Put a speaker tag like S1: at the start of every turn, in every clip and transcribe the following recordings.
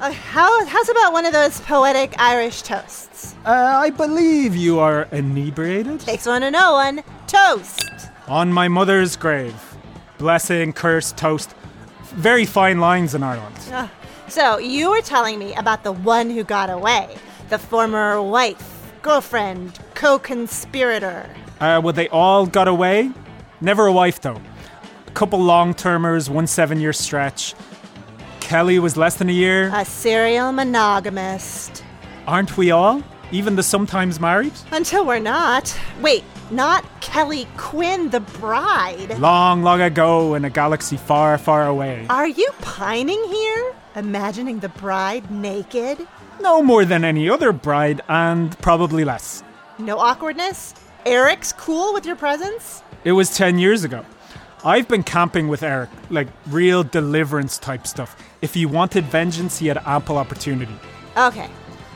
S1: Uh, how, how's about one of those poetic Irish toasts?
S2: Uh, I believe you are inebriated.
S1: Takes one to know one. Toast.
S2: On my mother's grave. Blessing, curse, toast. Very fine lines in Ireland.
S1: Ugh. So you were telling me about the one who got away, the former wife, girlfriend, co-conspirator.
S2: Uh, well, they all got away. Never a wife, though. A couple long termers, one seven year stretch. Kelly was less than a year.
S1: A serial monogamist.
S2: Aren't we all? Even the sometimes married?
S1: Until we're not. Wait, not Kelly Quinn, the bride.
S2: Long, long ago in a galaxy far, far away.
S1: Are you pining here? Imagining the bride naked?
S2: No more than any other bride, and probably less.
S1: No awkwardness? Eric's cool with your presence?
S2: It was 10 years ago. I've been camping with Eric, like real deliverance type stuff. If he wanted vengeance, he had ample opportunity.
S1: Okay.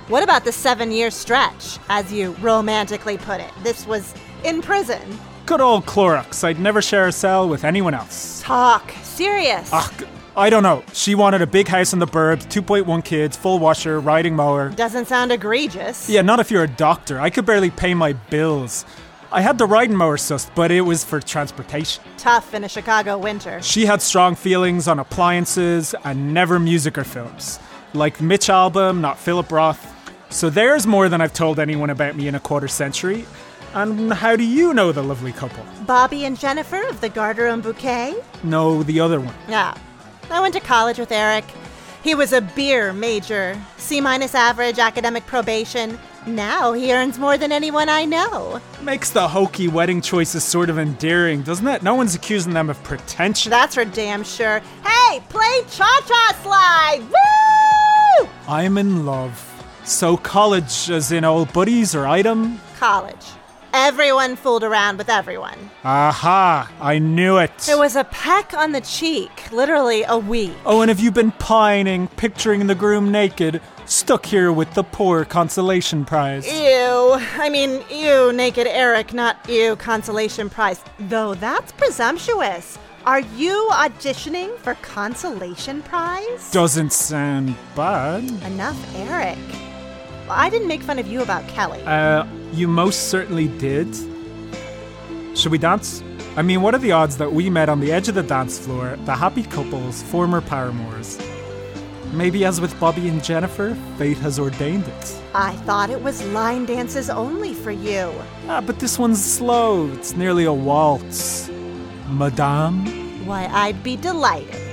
S1: What about the seven year stretch, as you romantically put it? This was in prison.
S2: Good old Clorox. I'd never share a cell with anyone else.
S1: Talk. Serious.
S2: Ugh, I don't know. She wanted a big house in the burbs, 2.1 kids, full washer, riding mower.
S1: Doesn't sound egregious.
S2: Yeah, not if you're a doctor. I could barely pay my bills. I had the riding mower sussed, but it was for transportation.
S1: Tough in a Chicago winter.
S2: She had strong feelings on appliances and never music or films. Like Mitch Album, not Philip Roth. So there's more than I've told anyone about me in a quarter century. And how do you know the lovely couple?
S1: Bobby and Jennifer of the Garter and Bouquet?
S2: No, the other one.
S1: Yeah. I went to college with Eric. He was a beer major, C minus average, academic probation. Now he earns more than anyone I know.
S2: Makes the hokey wedding choices sort of endearing, doesn't it? No one's accusing them of pretension.
S1: That's for damn sure. Hey, play Cha Cha Slide! Woo!
S2: I'm in love. So college, as in old buddies or item?
S1: College. Everyone fooled around with everyone.
S2: Aha, I knew it.
S1: It was a peck on the cheek, literally a week.
S2: Oh, and have you been pining, picturing the groom naked, stuck here with the poor consolation prize?
S1: Ew. I mean, ew, naked Eric, not ew, consolation prize. Though that's presumptuous. Are you auditioning for consolation prize?
S2: Doesn't sound bad.
S1: Enough, Eric. Well, I didn't make fun of you about Kelly.
S2: Uh, you most certainly did. Should we dance? I mean, what are the odds that we met on the edge of the dance floor, the happy couple's former paramours? Maybe as with Bobby and Jennifer, fate has ordained it.
S1: I thought it was line dances only for you.
S2: Ah, but this one's slow. It's nearly a waltz. Madame?
S1: Why, I'd be delighted.